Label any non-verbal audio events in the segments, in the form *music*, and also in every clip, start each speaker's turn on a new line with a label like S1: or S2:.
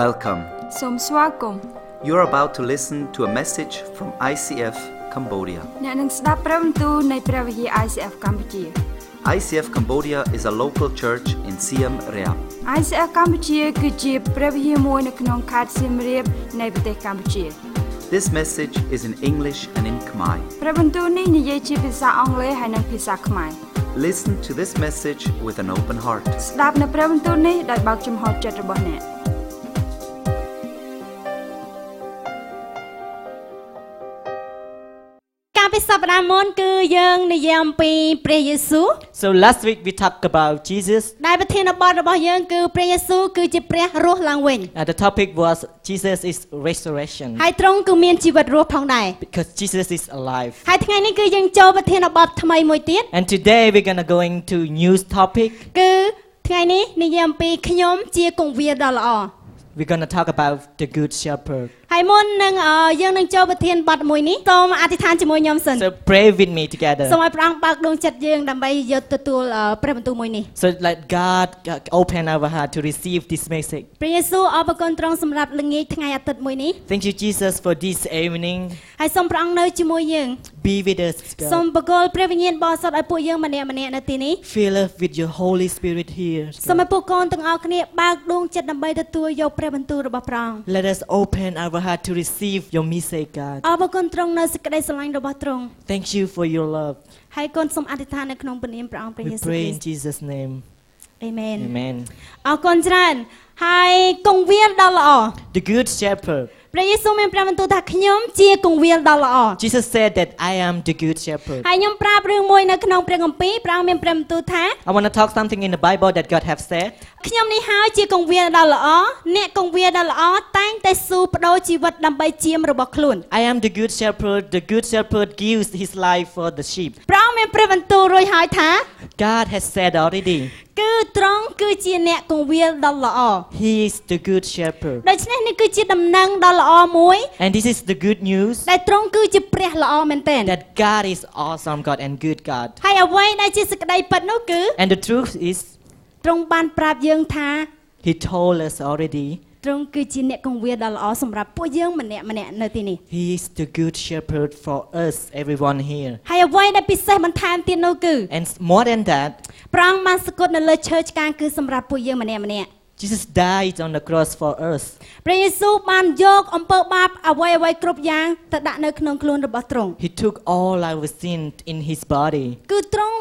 S1: Welcome.
S2: សូមស្វាគមន៍
S1: You're about to listen to a message from ICF Cambodia.
S2: អ្នកនឹងស្ដាប់ព្រមទូលនៃព្រះវិហារ ICF កម្ពុជា
S1: ICF Cambodia is a local church in Siem Reap.
S2: ICF កម្ពុជាគឺជាព្រះវិហារមួយនៅក្នុងខេត្តសៀមរាបនៃប្រទេសកម្ពុជា
S1: This message is in English and in Khmer.
S2: ព្រះបន្ទូលនេះនិយាយជាភាសាអង់គ្លេសហើយនិងភាសាខ្មែរ
S1: Listen to this message with an open heart.
S2: ស្ដាប់នៅព្រះបន្ទូលនេះដោយបើកចំហចិត្តរបស់អ្នក
S3: ការពិសប្តាហ៍មុនគឺយើងនិយាយអំពីព្រះយេស៊ូវ
S4: So last week we talked about Jesus.
S3: ដែលប្រធានបទរបស់យើងគឺព្រះយេស៊ូវគឺជាព្រះរស់ឡើងវិញ
S4: Uh, the topic was Jesus is resurrection
S3: ហើយទ្រង់គឺមានជីវិតរស់ផងដែរ
S4: because Jesus is alive.
S3: ហើយថ្ងៃនេះគឺយើងចូលប្រធានបទថ្មីមួយទៀត
S4: And today we're gonna go into new topic.
S3: គឺថ្ងៃនេះនិយាយអំពីខ្ញុំជាគង្វាលដ៏ល្អ
S4: We're gonna talk about the Good Shepherd.
S3: ហើយមុននឹងអឺយើងនឹងចូលប្រធានបទមួយនេះសូមអធិដ្ឋានជាមួយខ្ញុំសិន
S4: So pray with me together.
S3: សូមឲ្យព្រះអង្គបើកដួងចិត្តយើងដើម្បីយកទទួលអឺព្រះបន្ទូលមួយនេះ
S4: So let God uh, open our heart to receive this message.
S3: ព្រះយេស៊ូវអបគុណទ្រង់សម្រាប់ល្ងាចថ្ងៃអាទិត្យមួយនេះ
S4: Thank you, Jesus, for this evening.
S3: ហើយសូមព្រះអង្គនៅជាមួយយើង
S4: Be with us,
S3: សូម
S4: God.
S3: បកលព្រះវិញ្ញាណបរិសុទ្ធឲ្យពួកយើងម្នាក់ម្នាក់នៅទីនេះ
S4: Fill us with your Holy Spirit here.
S3: សូម
S4: God.
S3: ឲ្យពួកកូនទាំងអស់គ្នាបើកដួងចិត្តដើម្បីទទួលយកព្រះបន្ទូលរបស់ព្រះអង្គ
S4: Let us open our heart to receive your message, God.
S3: អរគុណទ្រង់នៅសេចក្តីស្រឡាញ់របស់ទ្រង់
S4: Thank you for your love.
S3: ហើយកូនសូមអធិដ្ឋាននៅក្នុងព្រះនាមព្រះអង្គព្រះយេ
S4: We
S3: ស៊ូវគ្រី
S4: pray in
S3: ស្ទ
S4: Jesus' name.
S3: អេមែន
S4: Amen.
S3: អរគុណច្រើនហើយកងវាលដ៏ល្អ
S4: The good shepherd.
S3: ព្រះយេស៊ូវមានព្រះបន្ទូលថាខ្ញុំជាកងវាលដ៏ល្អ
S4: Jesus said that I am the good shepherd.
S3: ហើយខ្ញុំប្រាប់រឿងមួយនៅក្នុងព្រះគម្ពីរព្រះអង្គមានព្រះបន្ទូលថា
S4: I want to talk something in the Bible that God have said.
S3: ខ្ញុំនេះហើយជាកងវាលដ៏ល្អអ្នកកងវាលដ៏ល្អតែងតែស៊ូបដូរជីវិតដើម្បីជាមរបស់ខ្លួន
S4: I am the good shepherd. The good shepherd gives his life for the sheep.
S3: ព្រះអង្គមានព្រះបន្ទូលរួចហើយថា
S4: God has said already.
S3: គឺត្រង់គឺជាអ្នកកងវាលដ៏ល្អ
S4: He is the good shepherd.
S3: ដូច្នេះនេះគឺជាដំណឹងដ៏ល្អមួយ
S4: And this is the good news
S3: ដែលត្រង់គឺជាព្រះល្អមែនទែន
S4: that God is awesome God and good God.
S3: ហើយអ្វីដែលជាសេចក្តីពិតនោះគឺ
S4: And the truth is
S3: ត្រង់បានប្រាប់យើងថា
S4: he told us already
S3: ត្រង់គឺជាអ្នកកងវាលដ៏ល្អសម្រាប់ពួកយើងម្នាក់ម្នាក់នៅទីនេះ
S4: he is the good shepherd for us everyone here.
S3: ហើយអ្វីដែលពិសេសបន្ថែមទៀតនោះគឺ
S4: And more than that,
S3: ព្រះអង្គបានសគត់នៅលើឈើឆ្កាងគឺសម្រាប់ពួកយើងម្នាក់ម្នាក់
S4: Jesus died on the cross for us.
S3: ព្រះយេស៊ូវបានយកអំពើបាបអ្វីអ្វីៗគ្រប់យ៉ាងទៅដាក់នៅក្នុងខ្លួនរបស់ទ្រង់
S4: He took all our sin in his body
S3: គឺទ្រង់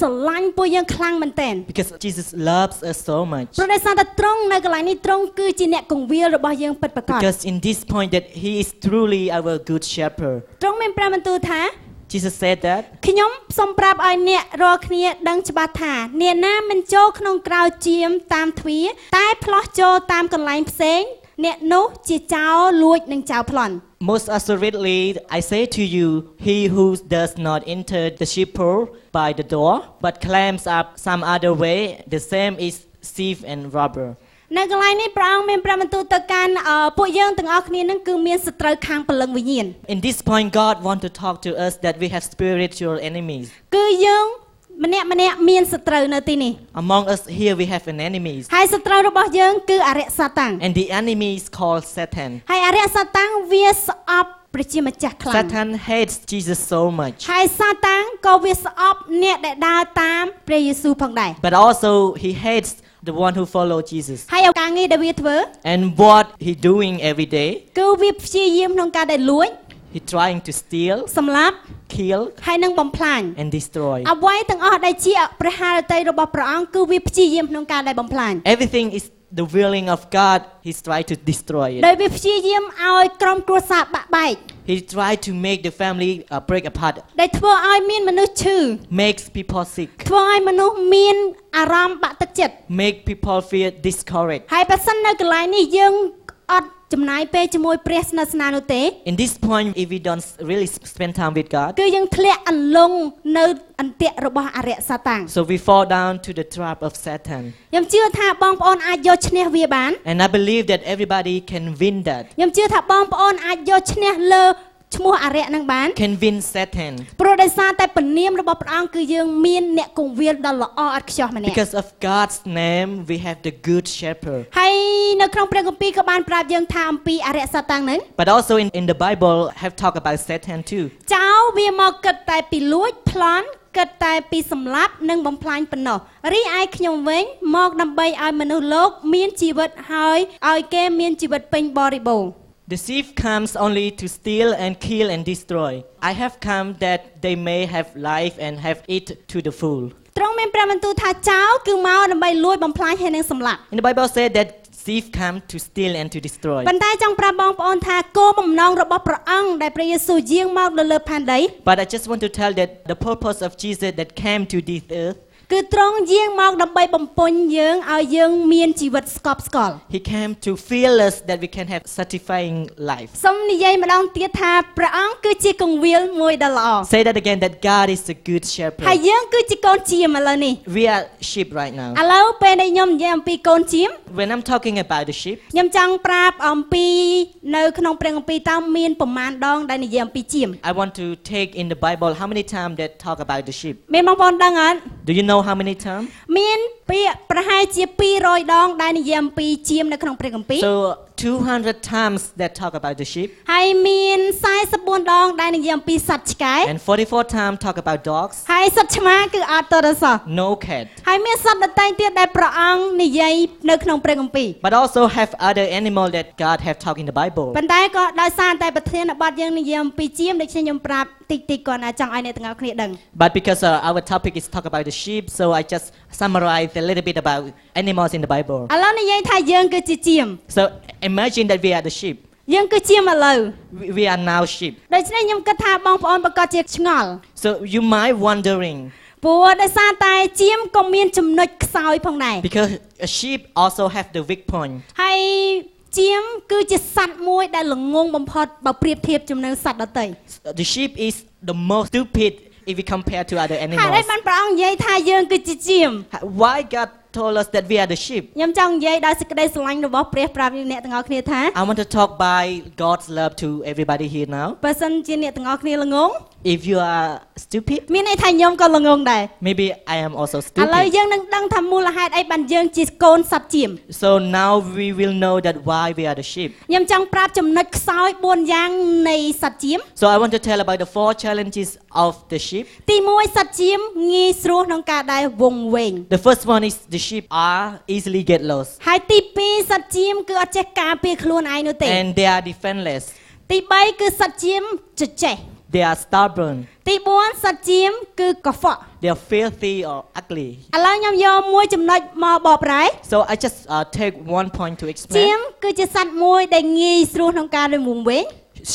S3: ស្រឡាញ់ពួកយើងខ្លាំងមែនទែន
S4: because Jesus loves us so much.
S3: ព្រោះដោយសារតែត្រង់នៅកន្លែងនេះត្រង់គឺជាអ្នកកង្វាលរបស់យើងពិតប្រាកដ
S4: Because in this point that he is truly our good shepherd.
S3: ត្រង់មានព្រះបន្ទូលថា
S4: Jesus said that
S3: ខ្ញុំសូមប្រាប់ឲ្យអ្នករាល់គ្នាដឹងច្បាស់ថាអ្នកណាមិនចូលក្នុងក្រៅជាមតាមទ្វារតែផ្លោះចូលតាមកន្លែងផ្សេង អ្នកនោះជាចោរលួចនិងចោរប្លន់
S4: most assuredly I say to you, he who does not enter the sheepfold by the door, but climbs up some other way, the same is thief and robber.
S3: នៅកន្លែងនេះព្រះអង្គមានព្រះបន្ទូលទៅកាន់អឺពួកយើងទាំងអស់គ្នានឹងគឺមានសត្រូវខាងព្រលឹងវិញ្ញាណ
S4: In this point, God wants to talk to us that we have spiritual enemies.
S3: គឺយើងម្នាក់ម្នាក់មានសត្រូវនៅទីនេះ
S4: Among us here we have an enemy,
S3: ហើយសត្រូវរបស់យើងគឺអរិយសាតាំង
S4: and the enemy is called Satan.
S3: ហើយអរិយសាតាំងវាស្អប់ប្រជាម្ចាស់ខ្លាំង
S4: Satan hates Jesus so much,
S3: ហើយសាតាំងក៏វាស្អប់អ្នកដែលដើរតាមព្រះយេស៊ូវផងដែរ
S4: but also he hates the one who follow Jesus.
S3: ហើយឱកាសងារដែលវាធ្វើ
S4: And what he doing every day?
S3: គឺវាព្យាយាមក្នុងការដែលលួច
S4: He trying to steal,
S3: សម្លាប់
S4: kill,
S3: ហើយនឹងបំផ្លាញ
S4: and destroy.
S3: អ្វីទាំងអស់ដែលជាព្រះハរតីរបស់ព្រះអង្គគឺវាព្យាយាមក្នុងការដែលបំផ្លាញ
S4: Everything is the willing of God. He's trying to destroy it.
S3: ដោយវាព្យាយាមឲ្យក្រុមគ្រួសារបាក់បែក
S4: He try to make the family uh, break apart,
S3: ដែលធ្វើឲ្យមានមនុស្សឈឺ
S4: makes people sick,
S3: ធ្វើឲ្យមនុស្សមានអារម្មណ៍បាក់ទឹកចិត្ត
S4: make people feel discouraged.
S3: ហើយបើសិននៅកន្លែងនេះយើងអត់ចំណាយពេលជាមួយព្រះស្និទ្ធស្នាលនោះទេ
S4: In this point, if we don't really s- spend time with God,
S3: គឺយើងធ្លាក់អន្លង់នៅអន្ទាក់របស់អរិយសាតាំង
S4: so we fall down to the trap of Satan.
S3: ខ្ញុំជឿថាបងប្អូនអាចយកឈ្នះវាបាន
S4: And I believe that everybody can win that.
S3: ខ្ញុំជឿថាបងប្អូនអាចយកឈ្នះលើ ឈ្មោះអរិយនឹងបាន
S4: Convince Satan
S3: ព្រោះដោយសារតែពនាមរបស់ព្រះអង្គគឺយើងមានអ្នកគង្វាលដ៏ល្អឥតខ្ចោះម្នាក់
S4: Because of God's name, we have the good shepherd.
S3: ហើយនៅក្នុងព្រះគម្ពីរក៏បានប្រាប់យើងថាអំពីអរិយសត្វតាំងហ្នឹង
S4: But also in, in the Bible, have talked about Satan too.
S3: ចៅវាមកគិតតែពីលួចប្លន់គិតតែពីសម្លាប់និងបំផ្លាញប៉ុណ្ណោះរីឯខ្ញុំវិញមកដើម្បីឲ្យមនុស្សលោកមានជីវិតហើយឲ្យគេមានជីវិតពេញបរិបូរណ៍
S4: The thief comes only to steal and kill and destroy. I have come that they may have life and have it to the full.
S3: ត្រង់មានព្រះបន្ទូលថាចៅគឺមកដើម្បីលួចបំផ្លាញហើយនិងសម្លាប់
S4: In the Bible said that thief come to steal and to destroy.
S3: ប៉ុន្តែចង់ប្រាប់បងប្អូនថាគោលបំណងរបស់ព្រះអង្គដែលព្រះយេស៊ូវយាងមកនៅលើផែនដី
S4: But I just want to tell that the purpose of Jesus that came to this earth,
S3: គឺត្រង់យាងមកដើម្បីបំពេញយើងឲ្យយើងមានជីវិតស្កប់ស្កល់
S4: he came to feel us that we can have satisfying life.
S3: សូមនិយាយម្ដងទៀតថាព្រះអង្គគឺជាកង្វាលមួយដ៏ល្អ
S4: Say that again that God is the good
S3: ហើយ
S4: shepherd.
S3: យើងគឺជាកូនជាមឥឡូវនេះ
S4: We are sheep right now.
S3: ឥឡូវពេលដែលខ្ញុំនិយាយអំពីកូនជាម
S4: When I'm talking about the sheep,
S3: ខ្ញុំចង់ប្រាប់អំពីនៅក្នុងព្រះគម្ពីរតើមានប្រមាណដងដែលនិយាយអំពីជាម
S4: I want to take in the Bible how many times that talk about the sheep.
S3: មានបងប្អូនដឹងអត់
S4: Do you know how many times?
S3: មានពាក្យប្រហែលជា200ដងដែលនិយាយអំពីជាមនៅក្នុងព្រះគម្ពីរ
S4: So 200 times that talk about the sheep
S3: ហើយមាន44ដងដែលនិយាយអំពីសត្វឆ្កែ
S4: and 44 times talk about dogs,
S3: ហើយសត្វឆ្មាគឺអត់តរសោះ
S4: no cat.
S3: ហើយមានសត្វដតៃទៀតដែលព្រះអង្គនិយាយនៅក្នុងព្រះគម្ពីរ
S4: But also have other animal that God have talked in the Bible.
S3: ប៉ុន្តែក៏ដោយសារតែប្រធានបទយើងនិយាយអំពីជាមដូច្នេះខ្ញុំប្រាប់តិចតិចៗគាត់ណាចង់ឲ្យអ្នកទាំងអស់គ្នាដឹង
S4: But because uh, our topic is talk about the sheep, so I just summarize a little bit about animals in the Bible.
S3: ឥឡូវនិយាយថាយើងគឺជាជាម
S4: So imagine that we are the sheep.
S3: យើងគឺជាមឥឡូវ
S4: We we are now sheep.
S3: ដូច្នេះខ្ញុំគិតថាបងប្អូនប្រកាសជាឆ្ងល់
S4: So you might wondering
S3: ព្រោះដោយសារតែជាមក៏មានចំណុចខ្សោយផងដែរ
S4: because a sheep also have the weak point.
S3: ហើយជាមគឺជាសត្វមួយដែលល្ងងបំផុតបើប្រៀបធៀបជាមួយនឹងសត្វដទៃ
S4: The sheep is the most stupid if we compare to other
S3: ហេតុអី
S4: animals.
S3: បានព្រះអង្គនិយាយថាយើងគឺជាជាម
S4: Why God told us that we are the sheep?
S3: ខ្ញុំចង់និយាយដោយសេចក្តីស្រឡាញ់របស់ព្រះប្រាប់អ្នកទាំងអស់គ្នាថា
S4: I want to talk by God's love to everybody here now.
S3: បើសិនជាអ្នកទាំងអស់គ្នាល្ងង
S4: If you are stupid,
S3: មានន័យថាខ្ញុំក៏ល្ងងដែរ
S4: maybe I am also
S3: ឥឡូវ
S4: stupid.
S3: យើងនឹងដឹងថាមូលហេតុអីបានយើងជាកូនសត្វជាម
S4: So now we will know that why we are the sheep.
S3: ខ្ញុំចង់ប្រាប់ចំណុចខ្សោយ4យ៉ាងនៃសត្វជាម
S4: So I want to tell about the four challenges of the sheep.
S3: ទី1សត្វជាមងាយស្រួលក្នុងការដែរវងវែង
S4: The first one is the sheep are easily get lost
S3: ហើយទី2សត្វជាមគឺអត់ចេះការពារខ្លួនឯងនោះទេ
S4: and they are defenseless.
S3: ទី3គឺសត្វជាមជជែក
S4: They are stubborn.
S3: ទី4សត្វជាមគឺកខ្វក់
S4: They are filthy or ugly.
S3: ឥឡូវខ្ញុំយកមួយចំណុចមកបកប្រែ
S4: So I just uh, take one point to
S3: ជាម
S4: explain.
S3: គឺជាសត្វមួយដែលងាយស្រួលក្នុងការដែរវងវែង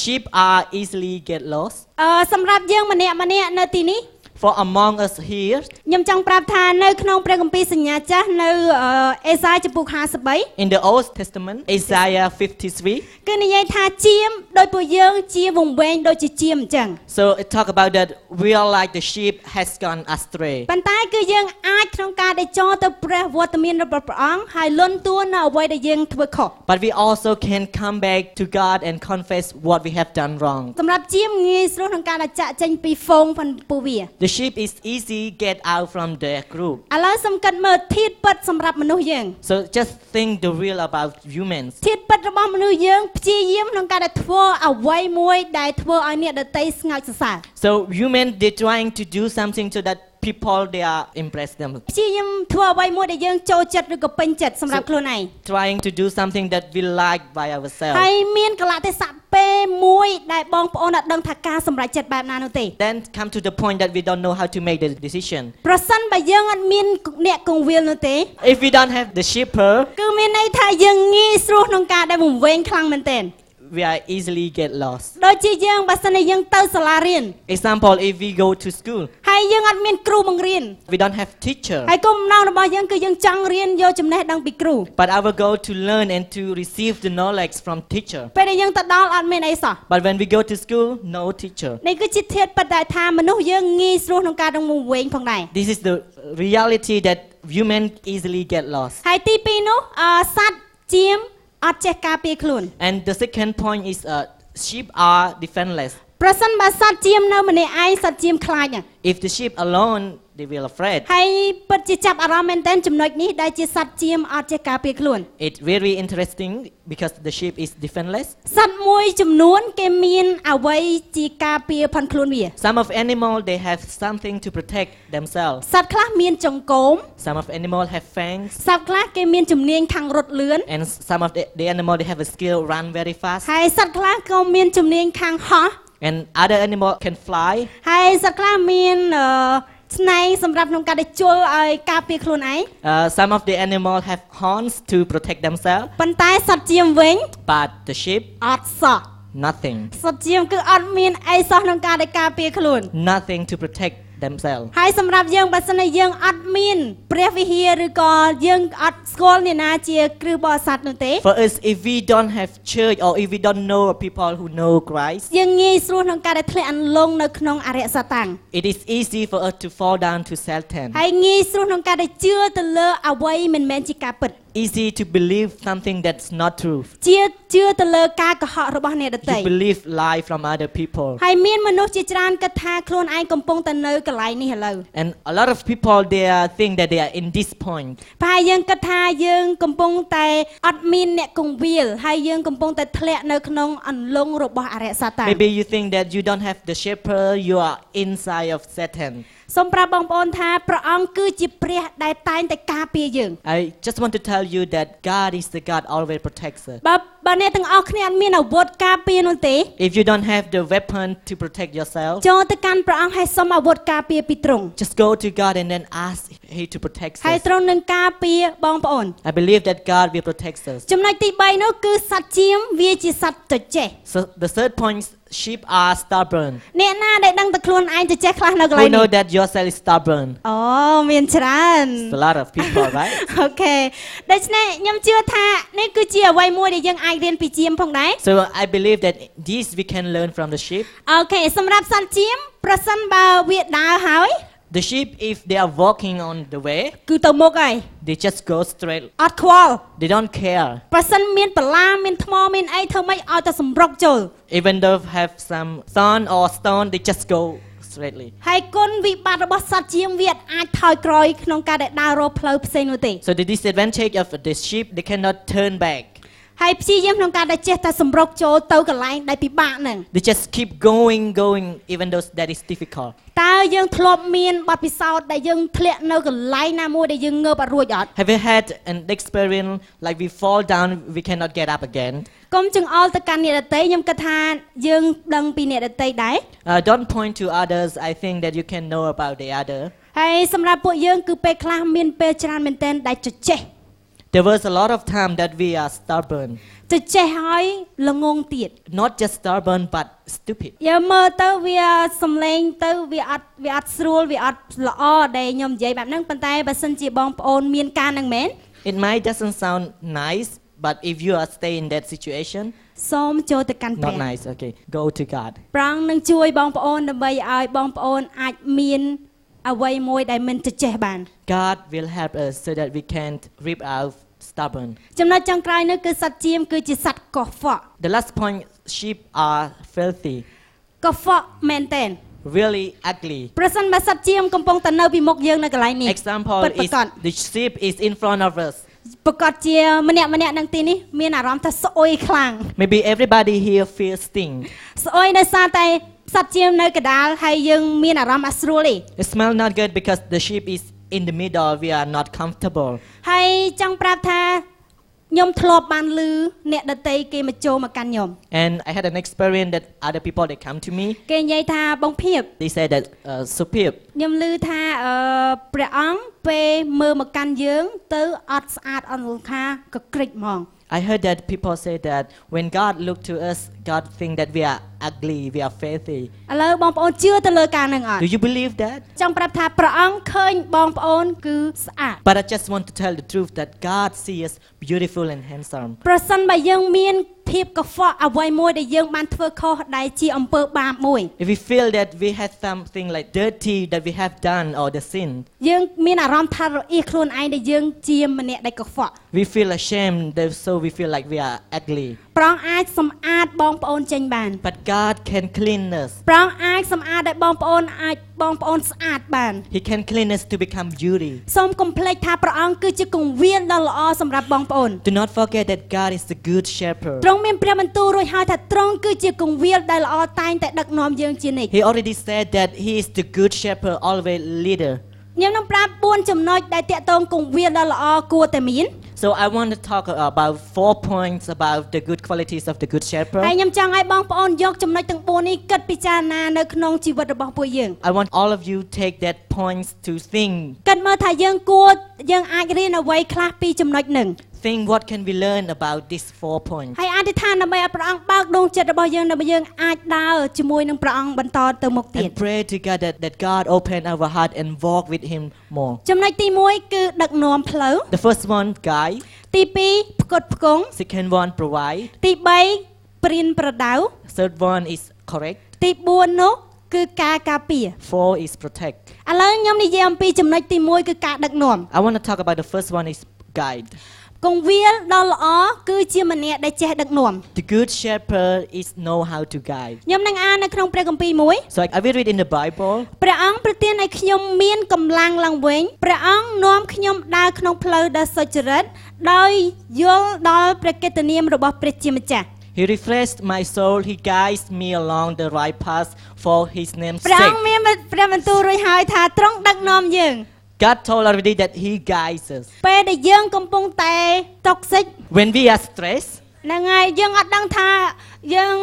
S4: Sheep are easily get lost.
S3: អឺសម្រាប់យើងម្នាក់ម្នាក់នៅទីនេះ
S4: For among us here,
S3: ខ្ញុំចង់ប្រាប់ថានៅក្នុងព្រះគម្ពីរសញ្ញាចាស់នៅអឺអេសាយចំពុក53
S4: in the Old Testament, Isaiah 53,
S3: គឺនិយាយថាជាមដោយពួកយើងជាវង្វេងដូចជាជាមអញ្ចឹង
S4: so it talk about that we are like the sheep has gone astray.
S3: ប៉ុន្តែគឺយើងអាចក្នុងការដែលចូលទៅព្រះវត្តមានរបស់ព្រះអង្គហើយលន់តួនៅអ្វីដែលយើងធ្វើខុស
S4: But we also can come back to God and confess what we have done wrong.
S3: សម្រាប់ជាមងាយស្រួលក្នុងការដែលចាក់ចេញពីហ្វូងផងពូវា
S4: The sheep is easy get out from their group.
S3: ឥឡូវសំកិតមើលធាតពិតសម្រាប់មនុស្សយើង
S4: So just think the real about humans.
S3: ធាតពិតរបស់មនុស្សយើងព្យាយាមក្នុងការដែលធ្វើអ្វីមួយដែលធ្វើឲ្យអ្នកដតីស្ងោចសរសើរ
S4: So humans they're trying to do something so that people they are impress them.
S3: ព្យាយាមធ្វើអ្វីមួយដែលយើងចូលចិត្តឬក៏ពេញចិត្តសម្រាប់ខ្លួនឯង
S4: Trying to do something that we like by ourselves.
S3: ហើយមានកលៈទេសៈពេលមួយដែលបងប្អូនអត់ដឹងថាការសម្រេចចិត្តបែបណានោះទេ
S4: Then come to the point that we don't know how to make the decision.
S3: ប្រសិនបើយើងអត់មានអ្នកកង្វៀលនោះទេ
S4: If we don't have the shepherd,
S3: គឺមានន័យថាយើងងាយស្រួលក្នុងការដែលវង្វេងខ្លាំងមែនទែន
S4: we are easily get lost.
S3: ដូចជាយើងបើសិនជាយើងទៅសាលារៀន
S4: Example, if we go to school,
S3: ហើយយើងអត់មានគ្រូបង្រៀន
S4: we don't have teacher,
S3: ហើយគោលបំណងរបស់យើងគឺយើងចង់រៀនយកចំណេះដឹងពីគ្រូ
S4: but our goal to learn and to receive the knowledge from teacher.
S3: ពេលដែលយើងទៅដល់អត់មានអីសោះ
S4: But when we go to school, no teacher.
S3: នេះគឺជាធាតុបណ្ដាលថាមនុស្សយើងងាយស្រួលក្នុងការនឹងវង្វេងផងដែរ
S4: This is the reality that human easily get lost.
S3: ហើយទី2នោះអឺសត្វជាមអត់ចេះការពារខ្លួន
S4: And the second point is uh, sheep are defenseless.
S3: ប្រសិនបើសត្វជាមនៅម្នាក់ឯងសត្វជាមខ្លាចណា
S4: If the sheep alone, they will afraid.
S3: ហើយពិតជាចាប់អារម្មណ៍មែនទែនចំណុចនេះដែលជាសត្វជាមអត់ចេះការពារខ្លួន
S4: It's very interesting because the sheep is defenseless.
S3: សត្វមួយចំនួន គេមានអវ័យជាការពារផាន់ខ្លួនវា
S4: Some of animal they have something to protect themselves.
S3: សត្វខ្លះមានចង្កូម
S4: Some of animal have fangs,
S3: សត្វខ្លះគេមានជំនាញខាងរត់លឿន
S4: and s- some of the, the animal they have a skill run very fast.
S3: ហើយសត្វខ្លះក៏មានជំនាញខាងហោះ
S4: And other animal can fly.
S3: ហើយសត្វខ្លះមានអឺស្នែងសម្រាប់ក្នុងការដែលជល់ឲ្យការពារខ្លួនឯង
S4: Uh, some of the animal have horns to protect themselves,
S3: ប៉ុន្តែសត្វជាមវិញ
S4: but the sheep
S3: អត់សោះ
S4: nothing,
S3: សត្វជាមគឺអត់មានអីសោះក្នុងការដែលការពារខ្លួន
S4: nothing to protect themselves.
S3: ហើយសម្រាប់យើងបើសិនជាយើងអត់មានព្រះវិហារឬក៏យើងអត់ស្គាល់អ្នកណាជាគ្រឹះបរិស័ទនោះទេ
S4: For us, if we don't have church or if we don't know people who know Christ,
S3: យើងងាយស្រួលក្នុងការដែលធ្លាក់អន្លង់នៅក្នុងអរិយសត្វតាំង
S4: it is easy for us to fall down to Satan.
S3: ហើយងាយស្រួលក្នុងការដែលជឿទៅលើអ្វីមិនមែនជាការពិត
S4: Easy to believe something that's not true.
S3: ជឿជឿទៅលើការកុហករបស់អ្នកដទៃ
S4: You believe lie from other people.
S3: ហើយមានមនុស្សជាច្រើនគិតថាខ្លួនឯងកំពុងតែនៅកន្លែងនេះឥឡូវ
S4: And a lot of people they are think that they are in this point.
S3: ប្រហែលយើងគិតថាយើងកំពុងតែអត់មានអ្នកគង្វាលហើយយើងកំពុងតែធ្លាក់នៅក្នុងអន្លង់របស់អរិយសត្វតាំង
S4: Maybe you think that you don't have the shepherd, you are inside of Satan.
S3: សូមប្រាប់បងប្អូនថាព្រះអង្គគឺជាព្រះដែលតែងតែការពារយើង
S4: I just want to tell you that God is the God always protects us.
S3: បើបើអ្នកទាំងអស់គ្នាអត់មានអាវុធការពារនោះទេ
S4: If you don't have the weapon to protect yourself,
S3: ចូលទៅកាន់ព្រះអង្គហើយសុំអាវុធការពារពីទ្រង់
S4: just go to God and then ask He to protect
S3: ហើយ
S4: us.
S3: ទ្រង់នឹងការពារបងប្អូន
S4: I believe that God will protect us.
S3: ចំណុចទី3នោះគឺសត្វជាមវាជាសត្វទៅចេះ
S4: So the third point, sheep are stubborn.
S3: អ្នកណាដែលដឹងតែខ្លួនឯងទៅចេះខ្លះនៅកន្លែ
S4: Who
S3: ង
S4: know
S3: នេះ
S4: that yourself is stubborn?
S3: អូមានច្រើន
S4: It's a lot of people,
S3: *laughs*
S4: right?
S3: អូខេដូច្នេះខ្ញុំជឿថានេះគឺជាអ្វីមួយដែលយើងអាចរៀនពីជាមផងដែរ
S4: So I believe that this we can learn from the sheep.
S3: អូខេសម្រាប់សត្វជាមប្រសិនបើវាដើរហើយ
S4: The sheep, if they are walking on the way,
S3: គឺទៅមុខហើយ
S4: they just go straight.
S3: អត់ខ្វល់
S4: They don't care.
S3: ប្រសិនមានបលាមានថ្មមានអីធ្វើម៉េចឲ្យតែសម្រុកចូល
S4: Even though have some sun or stone, they just go straightly.
S3: ហើយគុណវិបត្តិរបស់សត្វជាងវាអត់អាចថយក្រោយក្នុងការដែលដើររកផ្លូវផ្សេងនោះទេ
S4: So the disadvantage of the sheep, they cannot turn back.
S3: ហើយព្យាយាមក្នុងការដែលចេះតែសម្រុកចូលទៅកន្លែងដែលពិបាកហ្នឹង
S4: They just keep going, going, even though that is difficult.
S3: តើយើងធ្លាប់មានបទពិសោធន៍ដែលយើងធ្លាក់នៅកន្លែងណាមួយដែលយើងងើបអត់រួចអត់
S4: Have you had an experience like we fall down, we cannot get up again?
S3: កុំចង្អល់ទៅកាន់អ្នកដតីខ្ញុំគិតថាយើងដឹងពីអ្នកដតីដែរ
S4: Uh, don't point to others. I think that you can know about the other.
S3: ហើយសម្រាប់ពួកយើងគឺពេលខ្លះមានពេលច្រើនមែនទែនដែលជជែក
S4: There was a lot of time that we are stubborn.
S3: ជជែកហើយល្ងងទៀត
S4: Not just stubborn, but stupid.
S3: យើមើលទៅវាសំឡេងទៅវាអត់វាអត់ស្រួលវាអត់ល្អដែលខ្ញុំនិយាយបែបហ្នឹងប៉ុន្តែបើសិនជាបងប្អូនមានការហ្នឹងមែន
S4: It might doesn't sound nice, but if you are stay in that situation,
S3: សូមចូលទៅកាន់ព្រះ
S4: not nice. Okay, go to God.
S3: ប្រងនឹងជួយបងប្អូនដើម្បីឲ្យបងប្អូនអាចមានអ្វីមួយដែលមិនទៅចេះបាន
S4: God will help us so that we can't rip out stubborn.
S3: ចំណុចចុងក្រោយនោះគឺសត្វជាមគឺជាសត្វកុហ្វក់
S4: The last point: sheep are filthy,
S3: កុហ្វក់មែនតែន
S4: really ugly.
S3: ប្រសិនបើសត្វជាមកំពុងតែនៅពីមុខយើងនៅកន្លែងនេះ
S4: Example
S3: ពិតប្រ
S4: is
S3: កប
S4: the sheep is in front of us.
S3: ប្រកបជាម្នាក់ម្នាក់នឹងទីនេះមានអារម្មណ៍ថាស្អុយខ្លាំង
S4: Maybe everybody here feels stink.
S3: ស្អុយដោយសារតែសត្វជាមនៅកណ្ដាលហើយយើងមានអារម្មណ៍អាស្រួលទេ
S4: It smells not good because the sheep is in the middle. We are not comfortable.
S3: ហើយចង់ប្រាប់ថាខ្ញុំធ្លាប់បានលឺអ្នកដតីគេមកចូលមកកាន់ខ្ញុំ
S4: And I had an experience that other people they come to me,
S3: គេនិយាយថាបងភៀប
S4: they say that uh, Supip,
S3: ខ្ញុំឮថាអឺព្រះអង្គពេលមើលមកកាន់យើង ទៅអត់ស្អាតអត់លំខាក៏ក្រិចហ្មង
S4: I heard that people say that when God look to us, God think that we are ugly, we are filthy.
S3: ឥឡូវបងប្អូនជឿទៅលើការហ្នឹងអត់
S4: Do you believe that?
S3: ចង់ប្រាប់ថាព្រះអង្គឃើញបងប្អូនគឺស្អាត
S4: But I just want to tell the truth that God sees us beautiful and handsome.
S3: ប្រសិនបើយើងមានភាពកខ្វក់អ្វីមួយដែលយើងបានធ្វើខុសដែលជាអំពើបាបមួយ
S4: If we feel that we have something like dirty that we have done or the sin,
S3: យើងមានអារម្មណ៍ថារអៀសខ្លួនឯងដែលយើងជាម្នាក់ដែលកខ្វក់
S4: We feel ashamed, that- so we feel like we are ugly.
S3: ព្រះអង្គអាចសម្អាតបងប្អូនចេញបាន
S4: But God can clean us.
S3: ព្រះអង្គអាចសម្អាតឲ្យបងប្អូនអាចបងប្អូនស្អាតបាន
S4: He can clean us to become beauty.
S3: សូមកុំភ្លេចថាព្រះអង្គគឺជាគង្វាលដ៏ល្អសម្រាប់បងប្អូន
S4: Do not forget that God is the good shepherd.
S3: ទ្រង់មានព្រះបន្ទូលរួចហើយថាទ្រង់គឺជាគង្វាលដែលល្អតែងតែដឹកនាំយើងជានិច្ច
S4: He already said that He is the good shepherd, always leader.
S3: ខ្ញុំនឹងប្រាប់4ចំណុចដែលតាក់ទងគង្វាលដ៏ល្អគួរតែមាន
S4: So I want to talk about four points about the good qualities of the good
S3: ហើយ
S4: shepherd.
S3: ខ្ញុំចង់ឲ្យបងប្អូនយកចំណុចទាំង4នេះគិតពិចារណានៅក្នុងជីវិតរបស់ពួកយើង
S4: I want all of you take that points to think.
S3: គិតមើលថាយើងគួរយើងអាចរៀនអ្វីខ្លះពីចំណុចហ្នឹង
S4: Think what can we learn about these four points.
S3: ហើយអធិដ្ឋានដើម្បីឲ្យព្រះអង្គបើកដងចិត្តរបស់យើងដើម្បីយើងអាចដើរជាមួយនឹងព្រះអង្គបន្តទៅមុខទៀត
S4: And pray to God that, that God open our heart and walk with Him more.
S3: ចំណុចទី1គឺដឹកនាំផ្លូវ
S4: The first one, guide.
S3: ទី2ផ្គត់ផ្គង់
S4: Second one, provide.
S3: ទី3ព្រៀនប្រដៅ
S4: Third one is correct.
S3: ទី4នោះគឺការការពារ
S4: Four is protect.
S3: ឥឡូវខ្ញុំនិយាយអំពីចំណុចទី1គឺការដឹកនាំ
S4: I want to talk about the first one is guide.
S3: កងវាលដ៏ល្អគឺជាម្នាក់ដែលចេះដឹកនាំ
S4: The good shepherd is know how to guide.
S3: ខ្ញុំនឹងអាននៅក្នុងព្រះគម្ពីរមួយ
S4: So I, I will read in the Bible.
S3: ព្រះអង្គប្រទានឲ្យខ្ញុំមានកម្លាំងឡើងវិញព្រះអង្គនាំខ្ញុំដើរក្នុងផ្លូវដ៏សុចរិតដោយយល់ដល់ព្រះកិត្តិនាមរបស់ព្រះជាម្ចាស់
S4: He refreshed my soul. He guides me along the right path for His name's
S3: ព្រះអង្គ
S4: sake.
S3: មានព្រះបន្ទូលរួចហើយថាទ្រង់ដឹកនាំយើង
S4: God told already that He guides us.
S3: ពេលដែលយើងកំពុងតែ toxic
S4: When we are stressed,
S3: ហ្នឹងហើយយើងអត់ដឹងថាយើង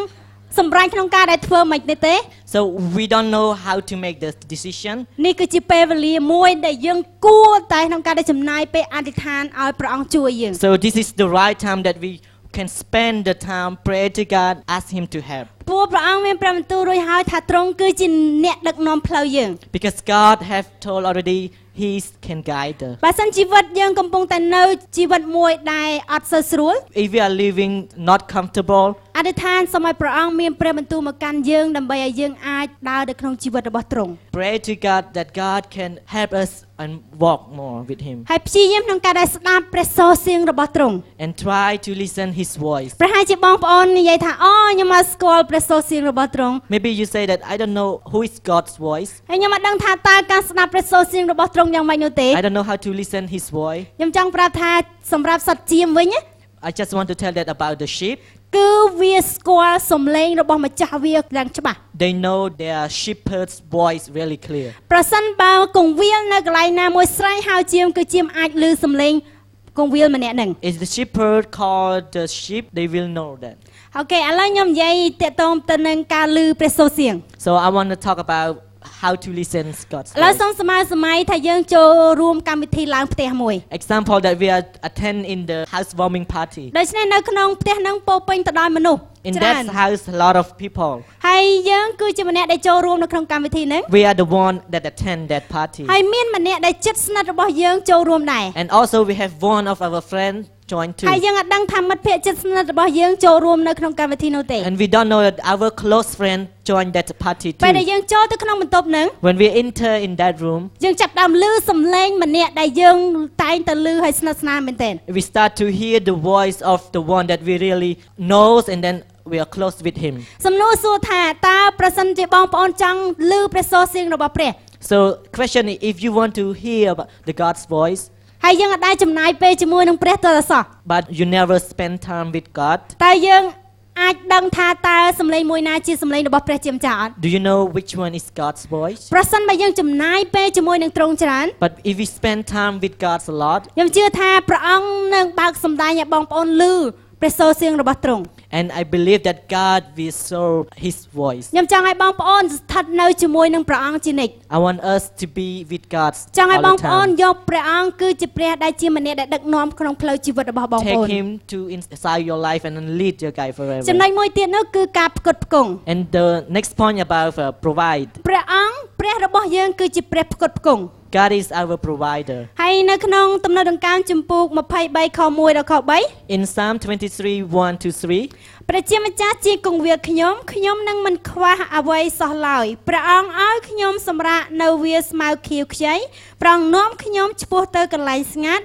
S3: សម្រេចក្នុងការដែលធ្វើមិនទេទេ
S4: so we don't know how to make the decision.
S3: នេះគឺជាពេលវេលាមួយដែលយើងគួរតែក្នុងការដែលចំណាយពេលអធិដ្ឋានឲ្យព្រះអង្គជួយយើង
S4: So this is the right time that we can spend the time pray to God, ask Him to help.
S3: ព្រោះព្រះអង្គមានព្រះបន្ទូលរួចហើយថាទ្រង់គឺជាអ្នកដឹកនាំផ្លូវយើង
S4: Because God have told already He can guide us.
S3: បើសិនជីវិតយើងកំពុងតែនៅជីវិតមួយដែលអត់សូវស្រួល
S4: If we are living not comfortable,
S3: អធិដ្ឋានសូមឲ្យព្រះអង្គមានព្រះបន្ទូលមកកាន់យើងដើម្បីឲ្យយើងអាចដើរទៅក្នុងជីវិតរបស់ទ្រង់
S4: pray to God that God can help us and walk more with Him
S3: ហើយព្យាយាមក្នុងការដែលស្ដាប់ព្រះសូរសៀងរបស់ទ្រង់
S4: and try to listen His voice.
S3: ប្រហែលជាបងប្អូននិយាយថាអូខ្ញុំមកស្គាល់ព្រះសូរសៀងរបស់ទ្រង់
S4: Maybe you say that I don't know who is God's voice.
S3: ហើយខ្ញុំអត់ដឹងថាតើការស្ដាប់ព្រះសូរសៀងរបស់ទ្រង់យ៉ាងម៉េចនោះទេ
S4: I don't know how to listen His voice.
S3: ខ្ញុំចង់ប្រាប់ថាសម្រាប់សត្វចៀមវិញណា
S4: I just want to tell that about the sheep.
S3: គឺវាស្គាល់សំឡេងរបស់ម្ចាស់វាយ៉ាងច្បាស់
S4: They know their shepherd's voice really clear.
S3: ប្រសិនបើកងវាលនៅកន្លែងណាមួយស្រែកហៅជាមគឺជាមអាចឮសំឡេងកងវាលម្នាក់ហ្នឹង
S4: If the shepherd called the sheep, they will know that.
S3: អូខេឥឡូវខ្ញុំនិយាយតាក់ទងទៅនឹងការឮព្រះសូរសៀង
S4: So I want to talk about how to listen God's
S3: ឥឡូវ
S4: voice.
S3: សូមស្មើសម័យថាយើងចូលរួមកម្មវិធីឡើងផ្ទះមួយ
S4: Example that we are attend in the housewarming party.
S3: ដូច្នេះនៅក្នុងផ្ទះហ្នឹងពោរពេញទៅដោយមនុស្ស
S4: In
S3: ច្រើន
S4: that house, a lot of people.
S3: ហើយយើងគឺជាម្នាក់ដែលចូលរួមនៅក្នុងកម្មវិធីហ្នឹង
S4: We are the one that attend that party.
S3: ហើយមានម្នាក់ដែលចិត្តស្និទ្ធរបស់យើងចូលរួមដែរ
S4: And also we have one of our friends join
S3: ហើយ
S4: too.
S3: យើងអត់ដឹងថាមិត្តភ័ក្តិជិតស្និទ្ធរបស់យើងចូលរួមនៅក្នុងកម្មវិធីនោះទេ
S4: And we don't know that our close friend joined that party
S3: ពេលដែល
S4: too.
S3: យើងចូលទៅក្នុងបន្ទប់ហ្នឹង
S4: When we enter in that room,
S3: យើងចាប់ផ្ដើមឮសំឡេងម្នាក់ដែលយើងតែងតែឮហើយស្និទ្ធស្នាលមែនទែន
S4: we start to hear the voice of the one that we really knows and then we are close with him.
S3: សំណួរសួរថាតើប្រសិនជាបងប្អូនចង់ឮព្រះសូរសៀងរបស់ព្រះ
S4: So question is, if you want to hear about the God's voice
S3: ហើយយើងអត់ដែរចំណាយពេលជាមួយនឹងព្រះទរសោះ
S4: but you never spend time with God,
S3: តើយើងអាចដឹងថាតើសំឡេងមួយណាជាសំឡេងរបស់ព្រះជាម្ចាស់អត់
S4: do you know which one is God's voice?
S3: ប្រសិនបើយើងចំណាយពេលជាមួយនឹងទ្រង់ច្រើន
S4: But if we spend time with God a lot
S3: ខ្ញុំជឿថាព្រះអង្គនឹងបើកសម្ដែងឲ្យបងប្អូនឮព្រះសូរសៀងរបស់ទ្រង់
S4: and I believe that God will show his voice.
S3: ខ្ញុំចង់ឲ្យបងប្អូនស្ថិតនៅជាមួយនឹងព្រះអង្គជានិច្ច
S4: I want us to be with God
S3: ចង់ឲ្យ
S4: all
S3: បង
S4: the
S3: ប្អូន
S4: time.
S3: យកព្រះអង្គគឺជាព្រះដែលជាម្នាក់ដែលដឹកនាំក្នុងផ្លូវជីវិតរបស់បងប្អូន
S4: Take him to inside your life and then lead your guy
S3: ចំណុ
S4: forever.
S3: ចមួយទៀតនោះគឺការផ្គត់ផ្គង់
S4: And the next point about uh, provide.
S3: ព្រះអង្គព្រះរបស់យើងគឺជាព្រះផ្គត់ផ្គង់
S4: God is our provider.
S3: ហើយនៅក្នុងទំនុដង្កើមជំពូក23ខ1ដល់ខ
S4: In Psalm 23, 1 to 3,
S3: 3ព្រះជាម្ចាស់ជាគង្វាលខ្ញុំខ្ញុំនឹងមិនខ្វះអ្វីសោះឡើយព្រះអង្គឲ្យខ្ញុំសម្រាកនៅវាលស្មៅខៀវខ្ចីព្រះអង្គនាំខ្ញុំឆ្ពោះទៅកន្លែងស្ងាត់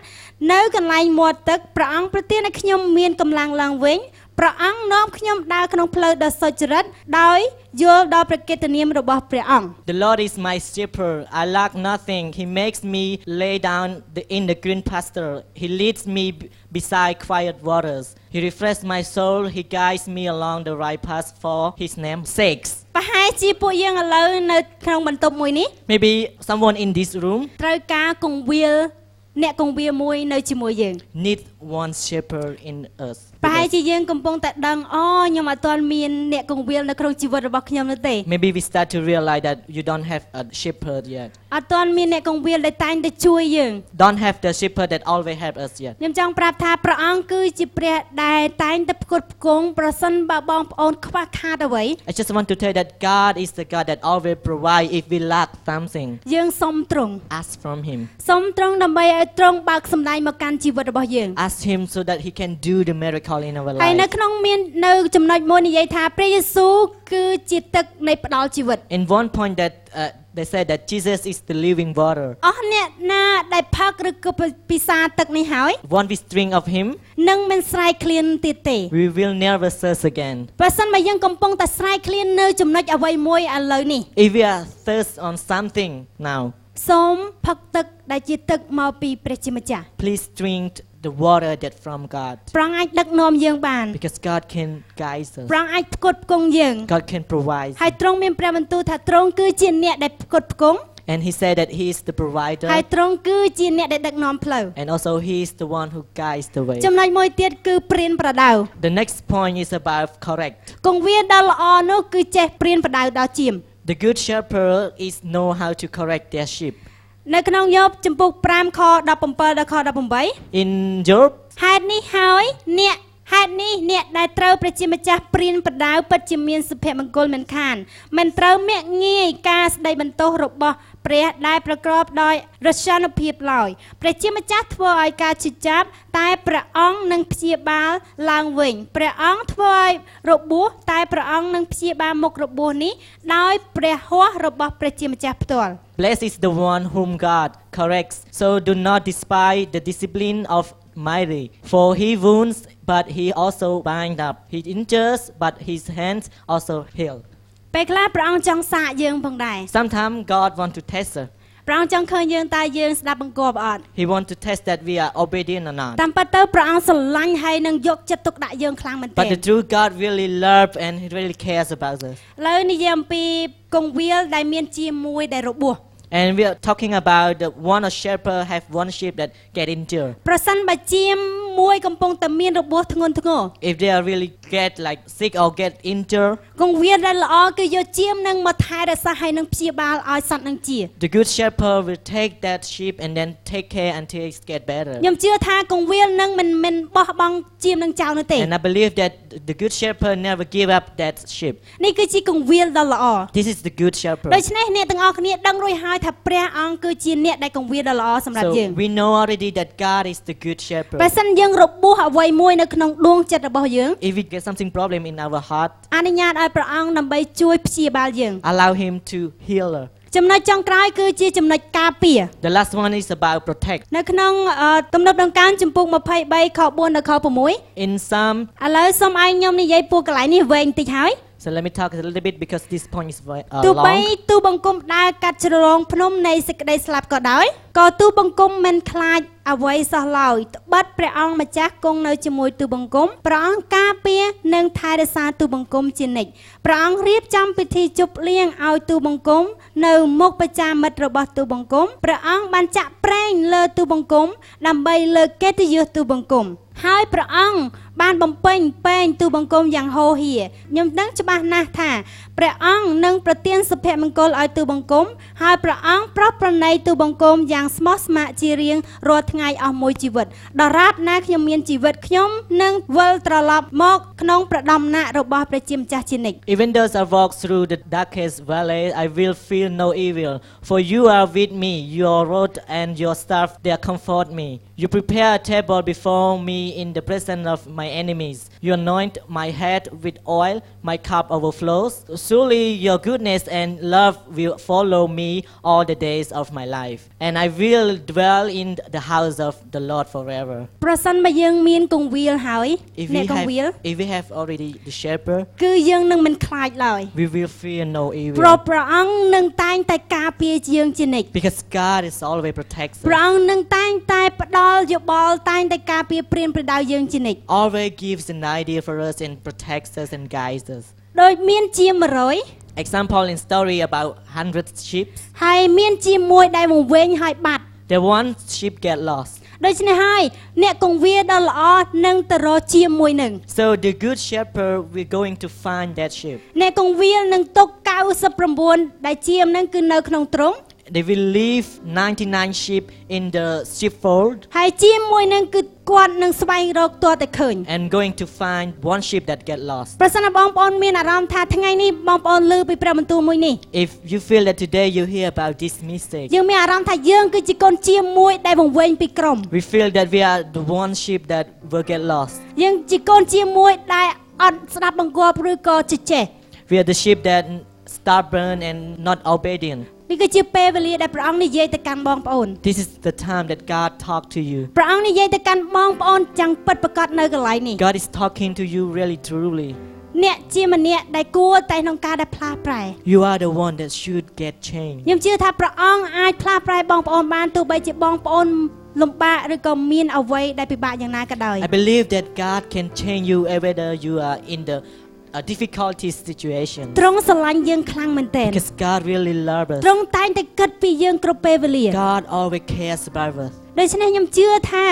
S3: នៅកន្លែងមាត់ទឹកព្រះអង្គប្រទានឲ្យខ្ញុំមានកម្លាំងឡើងវិញព្រះអង្គនាំខ្ញុំដើរក្នុងផ្លូវដ៏សុចរិតដោយយល់ដល់ព្រះកិត្តិនាមរបស់ព្រះអង្គ
S4: The Lord is my shepherd. I lack nothing. He makes me lay down the, in the green pasture. He leads me b- beside quiet waters. He refreshes my soul. He guides me along the right path for His name's sake.
S3: ប្រហែលជាពួកយើងឥឡូវនៅក្នុងបន្ទប់មួយនេះ
S4: Maybe someone in this room
S3: ត្រូវការកង្វៀលអ្នកកង្វៀលមួយនៅជាមួយយើង
S4: needs one shepherd in us.
S3: ប្រហែលជាយើងកំពុងតែដឹងអូខ្ញុំអត់ទាន់មានអ្នកកង្វៀលនៅក្នុងជីវិតរបស់ខ្ញុំនោះទេ
S4: Maybe we start to realize that you don't have a shepherd yet.
S3: អត់ទាន់មានអ្នកកង្វៀលដែលតែងតែជួយយើង
S4: Don't have the shepherd that always helps us yet.
S3: ខ្ញុំចង់ប្រាប់ថាព្រះអង្គគឺជាព្រះដែលតែងតែផ្គត់ផ្គង់ប្រសិនបើបងប្អូនខ្វះខាតអ្វី
S4: I just want to tell you that God is the God that always provides if we lack something.
S3: យើងសុំទ្រង់
S4: Ask from Him.
S3: សុំទ្រង់ដើម្បីឲ្យទ្រង់បើកសម្ដែងមកកាន់ជីវិតរបស់យើង
S4: Ask Him so that He can do the miracle in our
S3: ហើយនៅ
S4: life.
S3: ក្នុងមាននៅចំណុចមួយនិយាយថាព្រះយេស៊ូវគឺជាទឹកនៃផ្ដល់ជីវិត
S4: In one point that uh, they said that Jesus is the living water.
S3: អស់អ្នកណាដែលផឹកឬក៏ពិសាទឹកនេះហើយ
S4: One we drink of Him,
S3: នឹងមិនស្រែកឃ្លានទៀតទេ
S4: we will never thirst again.
S3: បើសិនបើយើងកំពុងតែស្រែកឃ្លាននៅចំណុចអ្វីមួយឥឡូវនេះ
S4: If we are thirst on something now,
S3: សូមផឹកទឹកដែលជាទឹកមកពីព្រះជាម្ចាស់
S4: please drink the water that from God,
S3: ព្រះអង្គអាចដឹកនាំយើងបាន
S4: because God can guide us.
S3: ព្រះអង្គអាចផ្គត់ផ្គង់យើង
S4: God can provide,
S3: ហើយទ្រង់មានព្រះបន្ទូលថាទ្រង់គឺជាអ្នកដែលផ្គត់ផ្គង់
S4: and He said that He is the
S3: ហើយ
S4: provider,
S3: ទ្រង់គឺជាអ្នកដែលដឹកនាំផ្លូវ
S4: and also He is the one who guides the way.
S3: ចំណុចមួយទៀតគឺព្រៀនប្រដៅ
S4: The next point is about correct.
S3: គង្វាលដ៏ល្អនោះគឺចេះព្រៀនប្រដៅដល់ជាម
S4: The good shepherd is know how to correct their sheep.
S3: នៅក្នុងយោបចំពុក5ខ17ដល់ខ
S4: In Job
S3: 18ហេតុនេះហើយអ្នកហេតុនេះអ្នកដែលត្រូវព្រះជាម្ចាស់ព្រានប្រដៅពិតជាមានសុភមង្គលមិនខានមិនត្រូវមាក់ងាយការស្ដីបន្ទោសរបស់ព្រះដែលប្រកបដោយរសយានុភាពឡើយព្រះជាម្ចាស់ធ្វើឲ្យការជិះចាប់តែព្រះអង្គនឹងព្យាបាលឡើងវិញព្រះអង្គធ្វើឲ្យរបួសតែព្រះអង្គនឹងព្យាបាលមុខរបួសនេះដោយព្រះហស្ថរបស់ព្រះជាម្ចាស់ផ្ទាល់
S4: Blessed is the one whom God corrects. So do not despise the discipline of mighty. For he wounds, but he also binds up. He injures, but his hands also heal.
S3: ពេលខ្លះព្រះអង្គចង់សាកយើងផងដែរ
S4: Sometimes God wants to test us.
S3: ព្រះអង្គចង់ឃើញយើងតើយើងស្ដាប់បង្គាប់អត់
S4: He wants to test that we are obedient or not.
S3: តាមពិតទៅព្រះអង្គស្រឡាញ់ហើយនឹងយកចិត្តទុកដាក់យើងខ្លាំងមែនទែ
S4: But
S3: ន
S4: the true God really loves and he really cares about us.
S3: ឥឡូវនិយាយអំពីកងវាលដែលមានជាមួយដែលរបួស
S4: And we are talking about the one a shepherd have one sheep that get injured.
S3: ប្រសិនបើជាមួយកំពុងតែមានរបួសធ្ងន់ធ្ងរ
S4: If they are really get like sick or get injured,
S3: កងវាលដែលល្អគឺយកជាមនឹងមកថែរក្សាហើយនឹងព្យាបាលឲ្យសត្វនឹងជា
S4: The good shepherd will take that sheep and then take care until it get better.
S3: ខ្ញុំជឿថាកងវាលនឹងមិនមិនបោះបង់ជាមនឹងចោលនោះទេ
S4: And I believe that the good shepherd never give up that sheep.
S3: នេះគឺជាកងវាលដ៏ល្អ
S4: This is the good shepherd.
S3: ដូច្នេះអ្នកទាំងអស់គ្នាដឹងរួចហើយថាព្រះអង្គគឺជាអ្នកដែលកងវាលដ៏ល្អសម្រាប់យើ
S4: So
S3: ង
S4: we know already that God is the good
S3: បើ
S4: shepherd.
S3: សិនយើងរបួសអ្វីមួយនៅក្នុងដួងចិត្តរបស់យើង
S4: If we get something problem in our heart,
S3: អនុញ្ញាតឲ្យព្រះអង្គដើម្បីជួយព្យាបាលយើង
S4: allow him to heal her.
S3: ចំណុចចុងក្រោយគឺជាចំណុចការពារ
S4: The last one is about protect.
S3: នៅក្នុងអឺទំនប់ដង្កើមចំពុក23ខ4ដល់ខ6ឥ
S4: In Psalm,
S3: ឡូវសូមឯងខ្ញុំនិយាយពួកកន្លែងនេះវែងបន្តិចហើយ
S4: so let me talk a little bit because this point is ve- uh,
S3: ទោះបី
S4: long.
S3: ទូបង្គំដើរកាត់ជ្រលងភ្នំនៃសេចក្តីស្លាប់ក៏ដោយក៏ទូបង្គំមិនខ្លាចអ្វីសោះឡើយត្បិតព្រះអង្គម្ចាស់គង់នៅជាមួយទូបង្គំព្រះអង្គការពារនិងថែរក្សាទូបង្គំជានិច្ចព្រះអង្គរៀបចំពិធីជប់លៀងឲ្យទូបង្គំនៅមុខបច្ចាមិត្តរបស់ទូបង្គំព្រះអង្គបានចាក់ប្រេងលើទូបង្គំដើម្បីលើកកិត្តិយសទូបង្គំ ហើយព្រះអង្គបានបំពេញពេងទូបង្គំយ៉ាងហូរហៀខ្ញុំដឹងច្បាស់ណាស់ថាព្រះអង្គនឹងប្រទានសុភមង្គលឲ្យទូបង្គំ ហើយព្រះអង្គប្រោសប្រណីទូបង្គំយ៉ាងស្មោះស្ម័គ្រជារៀងរាល់ថ្ងៃអស់មួយជីវិតដរាបណាខ្ញុំមានជីវិតខ្ញុំនឹងវិលត្រឡប់មកក្នុងព្រះដំណាក់របស់ព្រះជាម្ចាស់ជានិច្ច
S4: Even though I walk through the darkest valley, I will fear no evil, for you are with me. Your rod and your staff, they comfort me. You prepare a table before me in the presence of my enemies. You anoint my head with oil, my cup overflows. Surely your goodness and love will follow me all the days of my life, and I will dwell in the house of the Lord forever.
S3: ប្រសិនបើយើងមានកង្វៀលហើយអ្នក
S4: we
S3: ក
S4: have,
S3: ង្វៀល
S4: if we have already the shepherd,
S3: គឺយើងនឹងមិនខ្លាចឡើយ
S4: we will fear no
S3: ព្រោះ
S4: evil.
S3: ព្រះអង្គនឹងតែងតែការពារយើងជានិច្ច
S4: Because God is always protects
S3: ព្រះអ
S4: us,
S3: ង្គនឹងតែងតែផ្ដល់យោបល់តែងតែការពារព្រានប្រដៅយើងជានិច្ច
S4: always gives an idea for us and protects us and guides us.
S3: ដូចមានជា
S4: Example in story about 100 sheep.
S3: 100ហើយមានជាមួយដែលវង្វេងហើយបាត់
S4: The one sheep get lost.
S3: ដូច្នេះហើយអ្នកកង្វៀលដ៏ល្អនឹងទៅរកជាមួយនឹង
S4: So the good shepherd we're going to find that sheep.
S3: អ្នកកង្វៀលនឹងទុក99ដែលជាមនឹងគឺនៅក្នុងទ្រុង
S4: They will leave 99 sheep in the sheepfold
S3: ហើយជាមួយនឹងគឺគាត់នឹងស្វែងរកទាល់តែឃើញ
S4: and going to find one sheep that get lost.
S3: ប្រសិនបើបងប្អូនមានអារម្មណ៍ថាថ្ងៃនេះបងប្អូនលើពីព្រះបន្ទូលមួយនេះ
S4: If you feel that today you hear about this mistake,
S3: យើងមានអារម្មណ៍ថាយើងគឺជាកូនជាមួយដែលវង្វេងពីក្រម
S4: we feel that we are the one sheep that will get lost.
S3: យើងជាកូនជាមួយដែលអត់ស្ដាប់បង្គាប់ឬក៏ជជែក
S4: We are the sheep that stubborn and not obedient.
S3: នេះគឺជាពេលវេលាដែលព្រះអង្គនិយាយទៅកាន់បងប្អូន
S4: This is the time that God talked to you.
S3: ព្រះអង្គនិយាយទៅកាន់បងប្អូនចាំងពិតប្រកបនៅកន្លែងនេះ
S4: God is talking to you really truly.
S3: អ្នកជាម្នាក់ដែលគួរតែក្នុងការដែលផ្លាស់ប្រែ
S4: You are the one that should get changed.
S3: ខ្ញុំជឿថាព្រះអង្គអាចផ្លាស់ប្រែបងប្អូនបានទោះបីជាបងប្អូនលំបាកឬក៏មានអ្វីដែលពិបាកយ៉ាងណាក៏ដោយ
S4: I believe that God can change you whether you are in the a difficulty situation.
S3: ទ្រង់ស្រឡាញ់យើងខ្លាំងមែនទែន
S4: Because God really loves
S3: ទ្រ
S4: us.
S3: ង់តែងតែគិតពីយើងគ្រប់ពេលវេលា
S4: God always cares about us.
S3: ដូច្នេះខ្ញុំជឿថា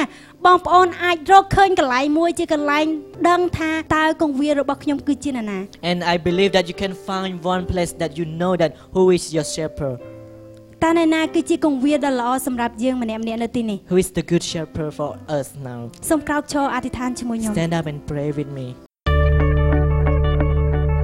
S3: បងប្អូនអាចរកឃើញកន្លែងមួយជាកន្លែងដឹងថាតើកងវាលរបស់ខ្ញុំគឺជានរណា
S4: And I believe that you can find one place that you know that who is your shepherd,
S3: តើនរណាគឺជាកងវាលដ៏ល្អសម្រាប់យើងម្នាក់ៗនៅទីនេះ
S4: who is the good shepherd for us now.
S3: សូមក្រោកឈរអធិដ្ឋានជាមួយខ្ញុំ
S4: Stand up and pray with me.